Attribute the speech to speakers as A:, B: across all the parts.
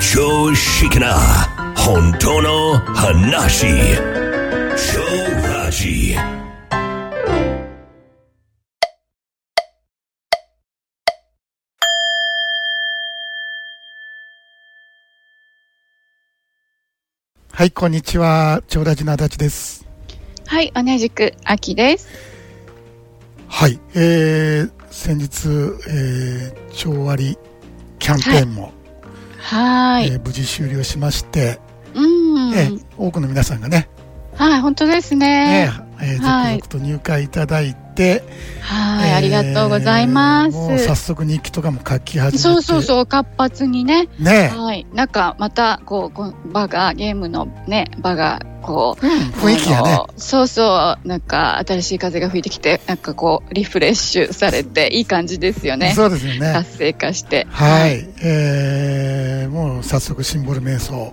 A: 常識な本当の話超ラジ
B: はい、こんにちは。長ラジの足立です。
C: はい、同じく秋です。
B: はい、えー、先日、えー、超割キャンペーンも、
C: はーい。
B: えー無事終了しまして、
C: うん、
B: えー多くの皆さんがね、
C: はい、本当ですね。
B: ねえー
C: はい
B: 続々と入会いただいて、
C: はい、
B: えー
C: ありがとうございます。
B: もう早速日記とかも書き始めて。
C: そうそうそう、活発にね。
B: う。ね
C: はい。なんか、また、こう、こう場が、ゲームのね、場が、こう。
B: 雰囲気がね
C: あの。そうそう、なんか、新しい風が吹いてきて、なんかこう、リフレッシュされて、いい感じですよね。
B: そうですよね。
C: 活性化して。
B: は。い、えー、もう早速シンボル瞑想、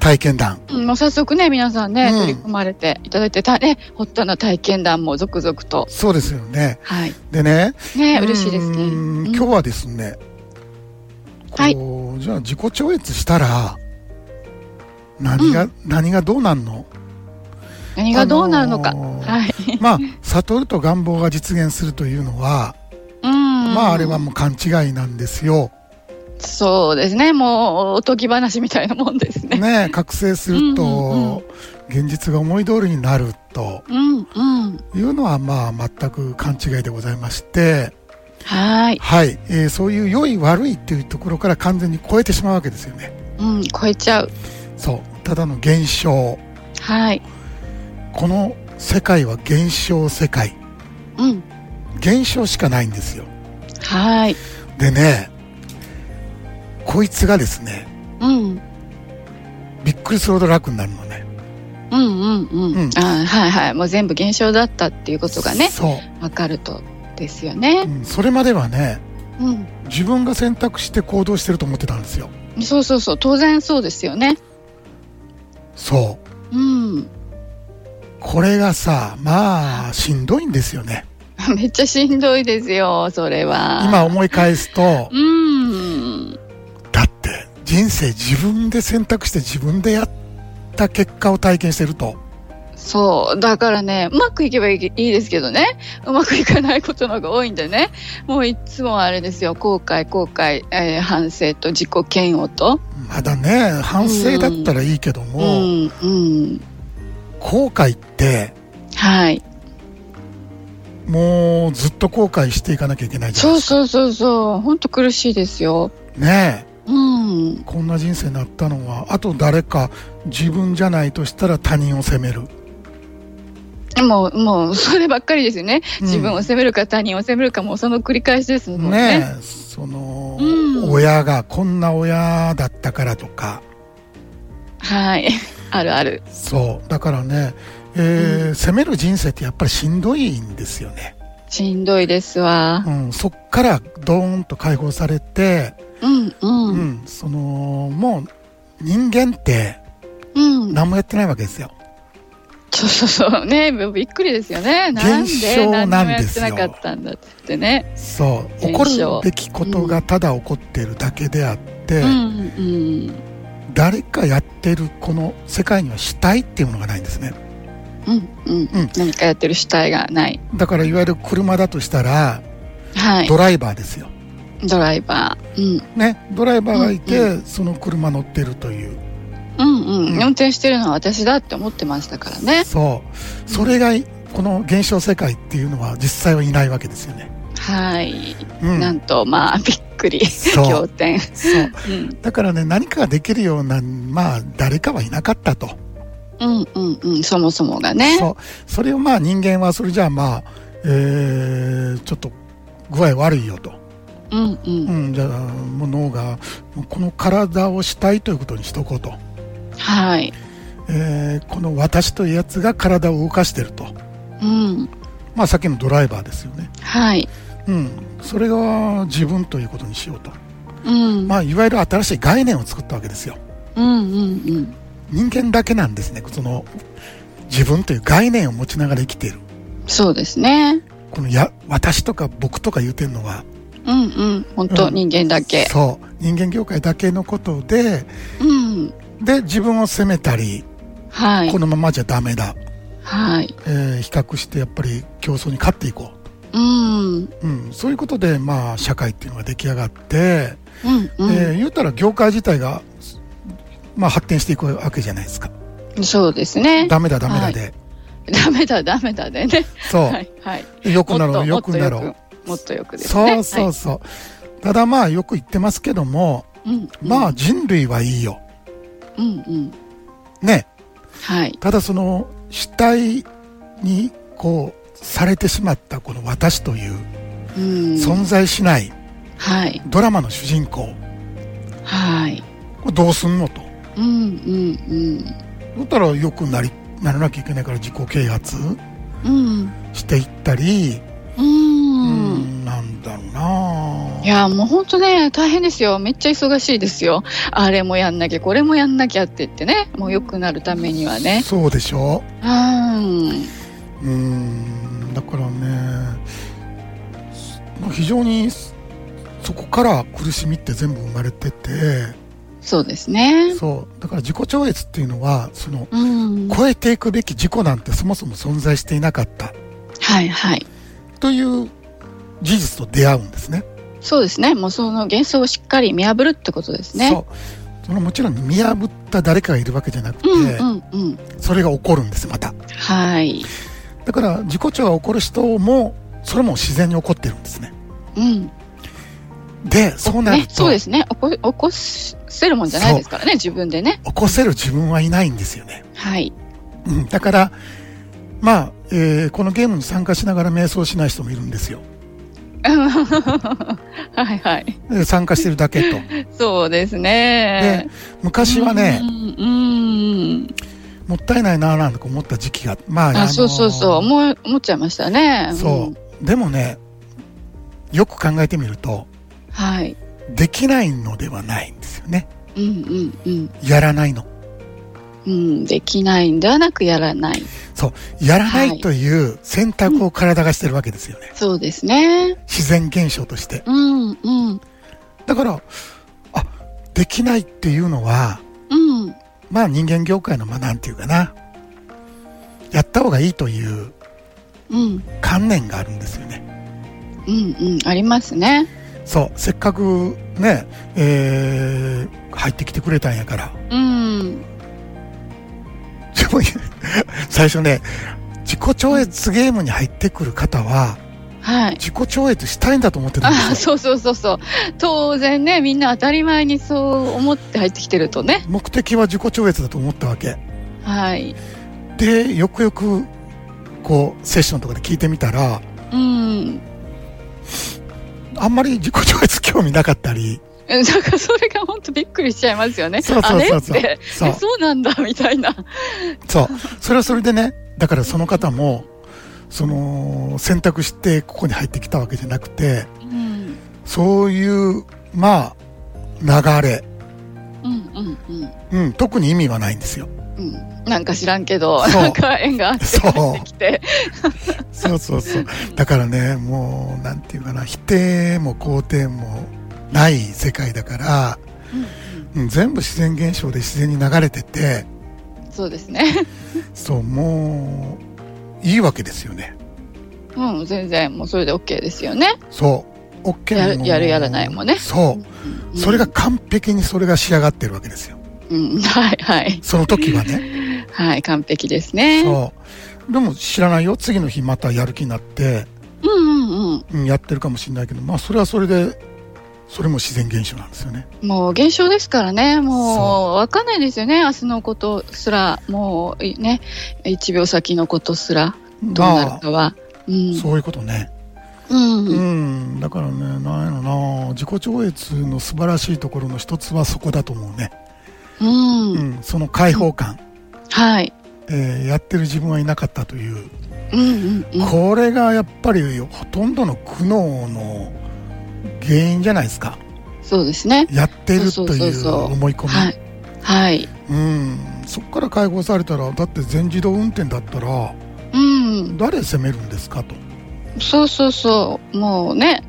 B: 体験談。
C: うんもう早速ね、皆さんね、
B: うん
C: 取り組まれていただいてた、ね、ホットな体験談も続々と。
B: そうですよね。
C: はい。
B: でね、
C: ね、嬉しいですね。
B: うん
C: うん
B: 今日はですね、
C: はい
B: こうじゃあ自己超越したら何が、何がどうなん の
C: 何がどうなるのか。
B: あのー
C: はい。
B: まあ悟ると願望が実現するというのは、ま
C: ま
B: ああれは。もう勘違いなんです よ。
C: そうですね。もう、おとぎ話みたいなもんですね。
B: ねえ覚醒すると、
C: うんうんうん
B: 現実が思い通りになると
C: うん、うん。
B: いうのはまあ全く勘違いでございまして、
C: はい。
B: はい、えーそういう良い悪いっていうところから完全に超えてしまうわけですよね。
C: うん、超えちゃう。
B: そう、ただの現象。
C: はい。
B: この世界は現象世界
C: うん。
B: 現象しかないんですよ
C: はい。
B: でねこいつがですね
C: うん。
B: びっくりするほど楽になるのね
C: うんうんうん、
B: うん
C: あはいはいもう全部減少だったっていうことがね
B: そう、
C: 分かるとですよ
B: う
C: ね
B: ん、それまではね
C: うん
B: 自分が選択して行動してると思ってたんですよ
C: そうそうそう当然そうですよね
B: そう
C: うん
B: これがさまあしんどいんですよね
C: めっちゃしんどいですよそれは
B: 今思い返すと
C: うん
B: だって人生自分で選択して自分でやった結果を体験してると
C: そう。だからね、うまくいけばいいいいですけどね。うまくいかないことの方が多いんでね。もういつもあれですよ。後悔、後悔、えー反省と自己嫌悪と。
B: まだね反省だったらいいけど
C: う
B: も、
C: ん、うん。
B: 後悔って
C: はい。
B: もうずっと後悔していかなきゃいけないじゃな
C: そ
B: いうですか。
C: そうそうそう。ほんと苦しいですよ。
B: ねえ。
C: うん。
B: こんな人生になったのは、あと誰か自分じゃないとしたら他人を責める。
C: もう、もう、そればっかりですよね。
B: うん
C: 自分を責めるか、他人を責めるか、もうその繰り返しですもんね。
B: ねえ。その、
C: うん
B: 親がこんな親だったからとか。
C: はい。あるある。
B: そう。だからね、えー責める人生ってやっぱりしんどいんですよね。
C: しんどいですわ
B: う。ん。そっからドーンと解放されて、
C: うん、う、
B: うんん。その、もう人間って
C: うん。
B: 何もやってないわけですよ。
C: そうそうそうねびっくりですよねなん
B: 現
C: で
B: 象
C: 何
B: なん
C: もや
B: で
C: っ
B: す
C: て
B: よ
C: なかったんだってね
B: そう起
C: 現
B: こる
C: 象
B: べきことがただ起こっているだけであって、
C: うんうん
B: 誰かやってるこの世界には主体っていうものがないんですね
C: うんうん、
B: うん
C: 何かやってる主体がない
B: だからいわゆる車だとしたら
C: はい
B: ドライバーですよ、
C: ドライバー、
B: ねドライバーがいて、
C: う
B: その車乗ってるという
C: うん、うんうん
B: うん
C: 運転してるのは私だって思ってましたからね
B: そうそれがこの現象世界っていうのは実際はいないわけですよね
C: はい、
B: うん
C: なんとまあびっくり
B: そう
C: 仰天
B: そう
C: うん
B: だからね何かができるようなまあ誰かはいなかったと、
C: うんうんうんそもそもがね
B: そうそれをまあ人間はそれじゃあまあえー、ちょっと具合悪いよと
C: うんう
B: うんん、じゃあもう脳がもうこの体をしたいということにしとこうと、
C: はい
B: えーこの私というやつが体を動かしてると、
C: うん
B: まあ、さっきのドライバーですよね、
C: はい
B: うん、それが自分ということにしようと、
C: うん、
B: まあ、いわゆる新しい概念を作ったわけですよ
C: うんうんうん
B: 人間だけなんですねその自分という概念を持ちながら生きている
C: そうですね
B: このや私とか僕とか言うてるのは
C: うんうん本当、
B: うん
C: 人間だけ
B: そう人間業界だけのことで
C: うん
B: で自分を責めたり
C: はい
B: このままじゃダメだ、
C: はい
B: えー比較してやっぱり競争に勝っていこ
C: うんうん
B: う、うん、そういうことで、まあ、社会っていうのが出来上がって、
C: うん、
B: えー言ったら業界自体が、まあ、発展していくわけじゃないですか
C: そうですね
B: ダメだダメだで、
C: ダメだダメだでね
B: そう、
C: はいはい
B: よくな
C: もっ
B: ろ
C: と
B: うよくなろう
C: もっとよくもっとよくです
B: そ
C: ね
B: うそ
C: は
B: うそう、ただまあよく言ってますけども
C: いうん
B: まあ人類はいいよ
C: うんうん
B: ね
C: はい
B: ただその死体にこうされてしまったこの私という
C: うん
B: 存在しない
C: はい
B: ドラマの主人公
C: はい
B: これどうすんのと
C: うんうん
B: だったら良くなりならなきゃいけないから自己啓発
C: うんうん
B: していったり
C: うん
B: うんなんだろうない
C: やもう本当ね大変ですよめっちゃ忙しいですよあれもやんなきゃこれもやんなきゃって言ってねもう良くなるためにはね
B: そうでしょ
C: うん
B: ううんだからね非常にそこから苦しみって全部生まれてて
C: そうですね
B: そうだから自己超越っていうのはその
C: うんは
B: 超えていくべき自己なんてそもそも存在していなかった
C: いはい
B: という事実と出会うんですね
C: そうですねもうその幻想をしっかり見破るってことですね
B: そうそのもちろん見破った誰かがいるわけじゃなくて、
C: うんうんうん
B: それが起こるんですまた
C: はい
B: だから自己調が起こる人もそれも自然に起こってるんですね
C: うんね
B: でそうなると、
C: そうですね起こ起こせるもんじゃないですからね自分でね
B: 起こせる自分はいないんですよね、
C: はい
B: うん、だからまあ、えーこのゲームに参加しながら瞑想しない人もいるんですよ
C: はいはい
B: で参加してるだけ と
C: そうです
B: で
C: ね
B: 昔はね、
C: うんうん
B: もったいないなぁなんて思った時期がまああの
C: あ、そうそうそう、思い思っちゃいましたね。
B: そ
C: ん
B: うでもねよく考えてみると
C: はい。
B: できないのではないんですよね
C: うんうんうん。
B: やらないの
C: うん、できないんではなくやらない。
B: そうやらな
C: はい
B: いという選択を体がしてるわけですよね、
C: そうですね。
B: 自然現象として
C: うんうん。
B: だからあできないっていうのは
C: うん。
B: まあ人間業界のまあなんていうかなやった方がいいという
C: うん。
B: 観念があるんですよね
C: うんうん。ありますね。
B: そうせっかくねえー入ってきてくれたんやから
C: うん。
B: でも最初ね自己超越ゲームに入ってくる方は
C: はい。
B: 自己超越したいんだと思ってたん
C: あ
B: ですよ
C: そうそうそうそう。当然ね、みんな当たり前にそう思って入ってきてるとね。
B: 目的は自己超越だと思ったわけ
C: はい。
B: でよくよくこうセッションとかで聞いてみたら
C: うん。
B: あんまり自己超越興味なかったり
C: だからそれが本当びっくりしちゃいますよね。
B: そうそうそうそう
C: あれって。
B: そう
C: えそうなんだ、みたいな。
B: そうそれはそれでねだからその方もその選択してここに入ってきたわけじゃなくて
C: うん。
B: そういうまあ流れ、
C: うんうんうん。
B: うん、特に意味はないんですよ
C: うんなんか知らんけど、
B: そう
C: なんか縁があって
B: そう
C: 入ってきて。
B: そうそうそう。だからね、もう、なんていうかな、否定も肯定もない世界だから、うん全部自然現象で自然に流れてて、
C: そうですね。
B: そう、もう、いいわけですよね。
C: うん、全然、もうそれで OK ですよね。
B: そう。OK
C: やるやるやらないもね
B: そう。
C: うん
B: それが、完璧にそれが仕上がってるわけですよ。
C: うん、はいはい。
B: その時はね。
C: はい、完璧ですね。う
B: そう。でも知らないよ。次の日またやる気になって、
C: んうん
B: うん、やってるかもしれないけど、まあそれはそれで、それも自然現象なんですよね。
C: うん。もう現象ですからね、も
B: そう
C: わかんないですよね。明日のことすら、もういね、1秒先のことすら、どうなるかは。うん。
B: そういうことね。
C: うん。
B: う
C: うん
B: ん、だからね、なんやろな、自己超越の素晴らしいところの一つはそこだと思うね。
C: うん。
B: うん、その解放感、
C: はい。
B: えーやってる自分はいなかったという、
C: うんうんうん。
B: これがやっぱりほとんどの苦悩の原因じゃないですか。
C: そうですね。
B: やってる
C: そう
B: と
C: そうそう
B: い
C: そうう
B: 思い込み。
C: はい。はい。
B: うん、そこから解放されたら、だって全自動運転だったら、
C: うん。
B: 誰責めるんですかと。
C: そうそうそう、もうね、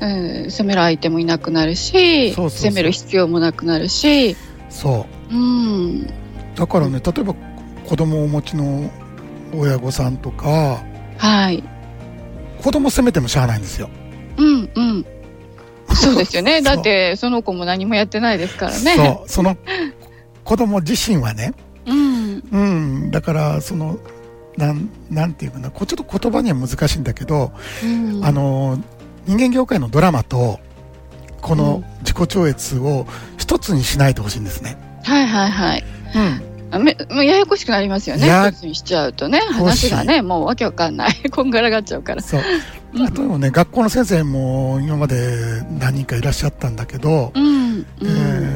C: うん、攻める相手もいなくなるし、
B: そうそうそう
C: 攻める必要もなくなるし、
B: そう
C: うん、
B: だからね例えば子供をお持ちの親御さんとか
C: はい、
B: 子供責めてもしゃあないんですよ、
C: うん、うん。そうです
B: そ
C: よね。
B: う
C: だって、その子も何もやってないですからね。
B: そうその子供自身はね
C: うん、
B: うんだからそのなんなんていうかなこうちょっと言葉には難しいんだけど、
C: うん。
B: あの人間業界のドラマとこの自己超越を一つにしないでほしいんですね、
C: はいはいはい。あめもうややこしくなりますよね。
B: やや
C: 一つにしちゃうとね、
B: しい
C: 話がね、もうわけわかんない。 こんがらがっちゃうから。
B: そう
C: うん
B: あともね学校の先生も今まで何人かいらっしゃったんだけど、
C: うん、うん。
B: えー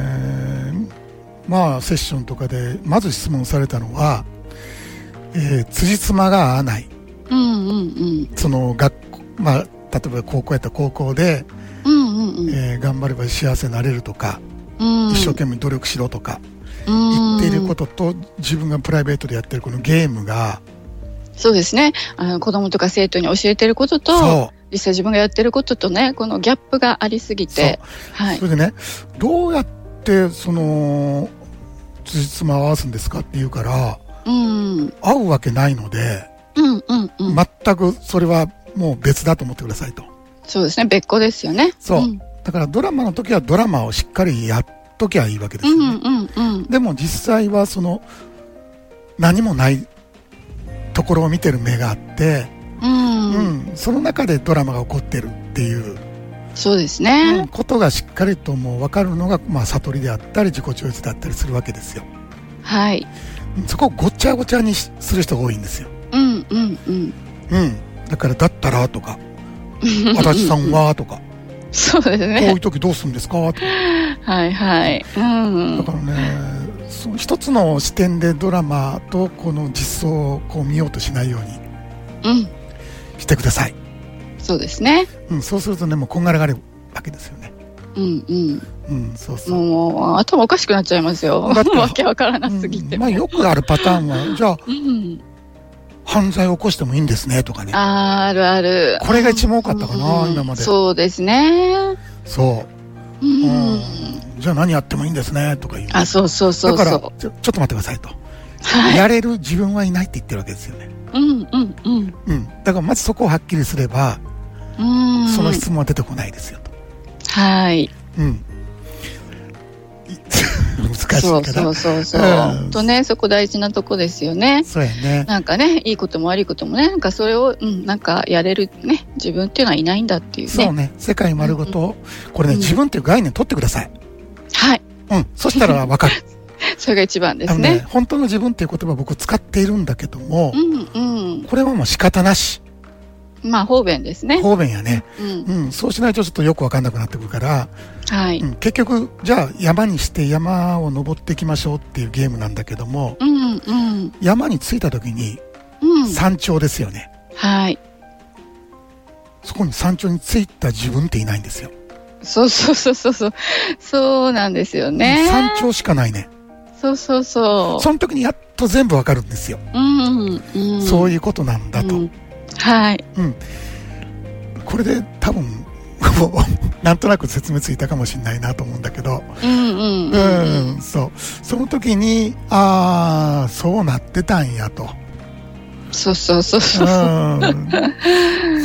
B: まあセッションとかでまず質問されたのは、えー、辻褄が合わない
C: うんうんうん。
B: その学校まあ例えば高校やったら高校で、
C: うんうんうん。
B: えー頑張れば幸せになれるとか、
C: うん
B: 一生懸命努力しろとか言
C: 言
B: っていることと自分がプライベートでやってるこのゲームが
C: そうですねあの子供とか生徒に教えてることと
B: う
C: 実際自分がやってることとねこのギャップがありすぎてはい
B: それでねどうやってその辻褄を合わすんですかって言うから
C: うんうん
B: 合うわけないので
C: うんうん、
B: 全くそれはもう別だと思ってくださいと。
C: そうですね別個ですよね
B: そう、
C: うん
B: だからドラマの時はドラマをしっかりやっときゃいいわけですよ
C: うん
B: ね、
C: うんうん
B: でも実際はその何もないところを見てる目があって、
C: うん
B: う、んその中でドラマが起こってるっていう、
C: そうです
B: うん
C: ね、
B: ことがしっかりともう分かるのが、まあ、悟りであったり自己超越であったりするわけですよ
C: はい
B: うんそこをごちゃごちゃにしする人が多いんですよ、
C: うんうんうん
B: うん、だから「だったら」とか「足立さんは」とか「こ
C: そうです
B: うい
C: ね
B: う時どうするんですか?」とか
C: はいはいうん
B: だからね、その一つの視点でドラマとこの実装をこう見ようとしないように
C: うん
B: してください。
C: そうですね
B: うん、そうするとね、もうこんがらがるわけですよね。
C: うんうん
B: うん、そうそう。
C: もうもう頭おかしくなっちゃいますよ
B: だって
C: わけわからなすぎ
B: う
C: て
B: んまあよくあるパターンは、じゃあ
C: うん
B: 犯罪を起こしてもいいんですねとかね。
C: あーあるある。
B: これが一番多かったかな、
C: うん
B: 今まで。そう。
C: そうですね。う。
B: うんん。じゃあ何やってもいいんですねとか言う。
C: あ、そうそうそう
B: だから
C: そ
B: ちょ、ちょっと待ってくださいと。
C: う。はい。
B: やれる自分はいないって言ってるわけですよね。
C: うんうんうん。
B: うん。だからまずそこをはっきりすれば、
C: うん。
B: その質問は出てこないですよと。
C: はい。
B: うん。い 難しいから。
C: そうそうそうそう。
B: うん
C: ほんとね、そこ大事なとこですよね。
B: そうやね。
C: なんかね、いいことも悪いこともね、なんかそれを、うん、なんかやれるね、自分っていうのはいないんだっていう
B: そう
C: ね。
B: ね。世界丸ごと、これね、
C: うん
B: 自分っていう概念取ってください。
C: はい。
B: うん。そしたらわかる。
C: それが一 番で
B: あ
C: す
B: のね
C: ね。、
B: 本当の自分っていう言葉僕使っているんだけども
C: う、ん
B: これはもう仕方なし。
C: うん。まあ、方便ですね。
B: 方便やね。
C: うん。
B: うん。そうしないとちょっとよくわかんなくなってくるから、。
C: はいう
B: ん。結局、じゃあ山にして山を登っていきましょうっていうゲームなんだけども、
C: うんうん。
B: 山に着いた時に
C: うん。
B: 山頂ですよね。
C: はい。
B: そこに山頂に着いた自分っていないんですよ。
C: そうそうそうそうそう。そうなんですよね。
B: 山頂しかないね。
C: そうそうそ
B: その時にやっと全部わかるんですよ。
C: う。うん、うん。
B: そう
C: い
B: いうことなんだと。
C: はい。
B: これで多分、 もうなんとなく説明ついたかもしれないなと思うんだけど。
C: うんうん。
B: う。ん、そう。その時に、ああ、そうなってたんやと。
C: そうそうそう
B: う
C: そ
B: ん。
C: う。
B: そ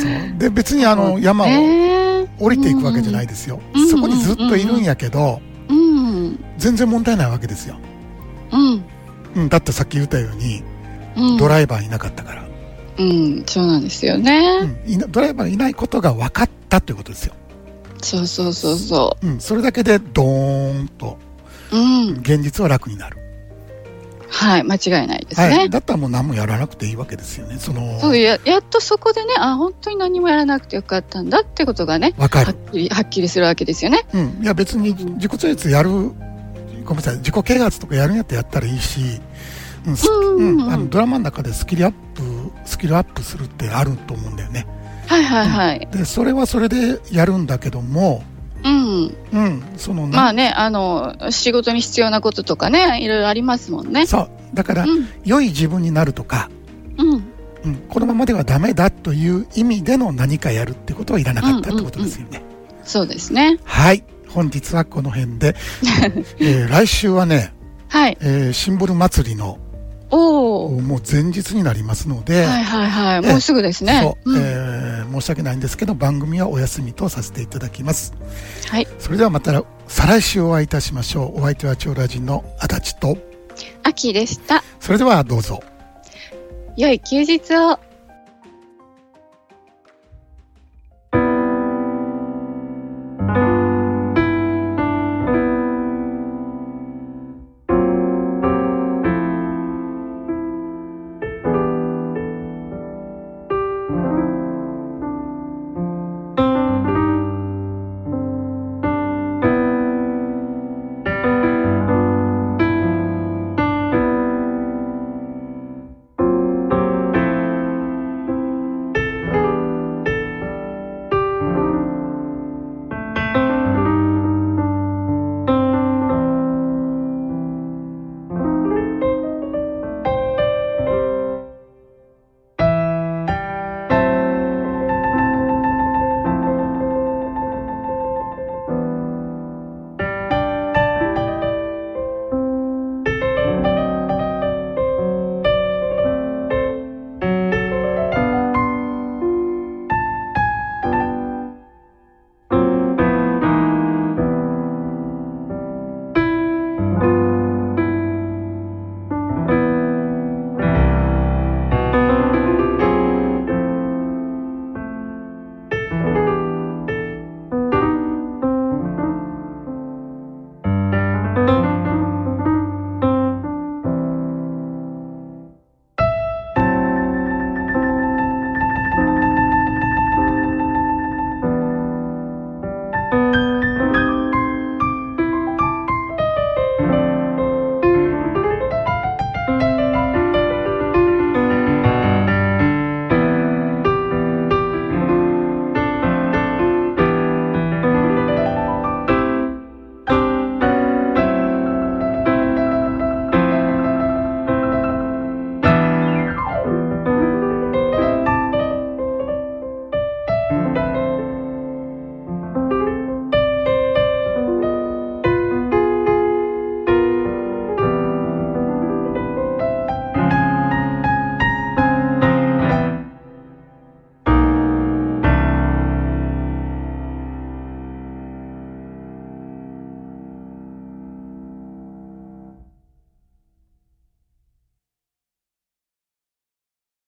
B: う。で、別にあの、山を
C: ね
B: 降りていくわけじゃないですよ
C: うんう。ん
B: そこにずっといるんやけど、
C: うん。
B: 全然問題ないわけですよ。
C: うん。
B: うん、だってさっき言ったように、
C: うん。
B: ドライバーいなかったから。
C: うん。そうなんですよ
B: う
C: ね。
B: ん、いなドライバーいないことが分かったということですよ。
C: そうそうそうそ
B: うん、それだけでドーンと
C: う。うん。
B: 現実は楽になる。
C: はい。間違いないです
B: は
C: ね
B: い。。だったらもう何もやらなくていいわけですよね。その、
C: そうや、やっとそこでね、あ、本当に何もやらなくてよかったんだってことがね、
B: 分か
C: は
B: る。
C: っきり、はっきりするわけですよね。
B: うん。いや別に自己超越やる、ごめんなさい、自己啓発とかやるんやったらやったらいいし、うん、す
C: うんうんうん
B: うんあのドラマの中でスキルアップ、スキルアップするってあると思うんだよね。
C: はいはいはい。
B: で、それはそれでやるんだけども、
C: うん。
B: うん、その
C: まあ
B: な、
C: ね、あの、仕事に必要なこととかね、いろいろありますもんね。
B: そう。だから、
C: うん。
B: 良い自分になるとか、
C: うん。
B: うん、このままではダメだという意味での何かやるってことはいらなかったってことですよね。
C: そうですね。
B: はい。本日はこの辺 で、えー来週はね、
C: はい。
B: えーシンボル祭りの
C: おお。
B: もう前日になりますので、
C: はいはいはい。もうすぐですね
B: そ。う、
C: う
B: え
C: ん
B: ー申し訳ないんですけど番組はお休みとさせていただきます
C: はい。
B: それではまた再来週お会いいたしましょうお相手は長ラ人の足立と
C: 秋でした。
B: それではどうぞ
C: 良い休日を。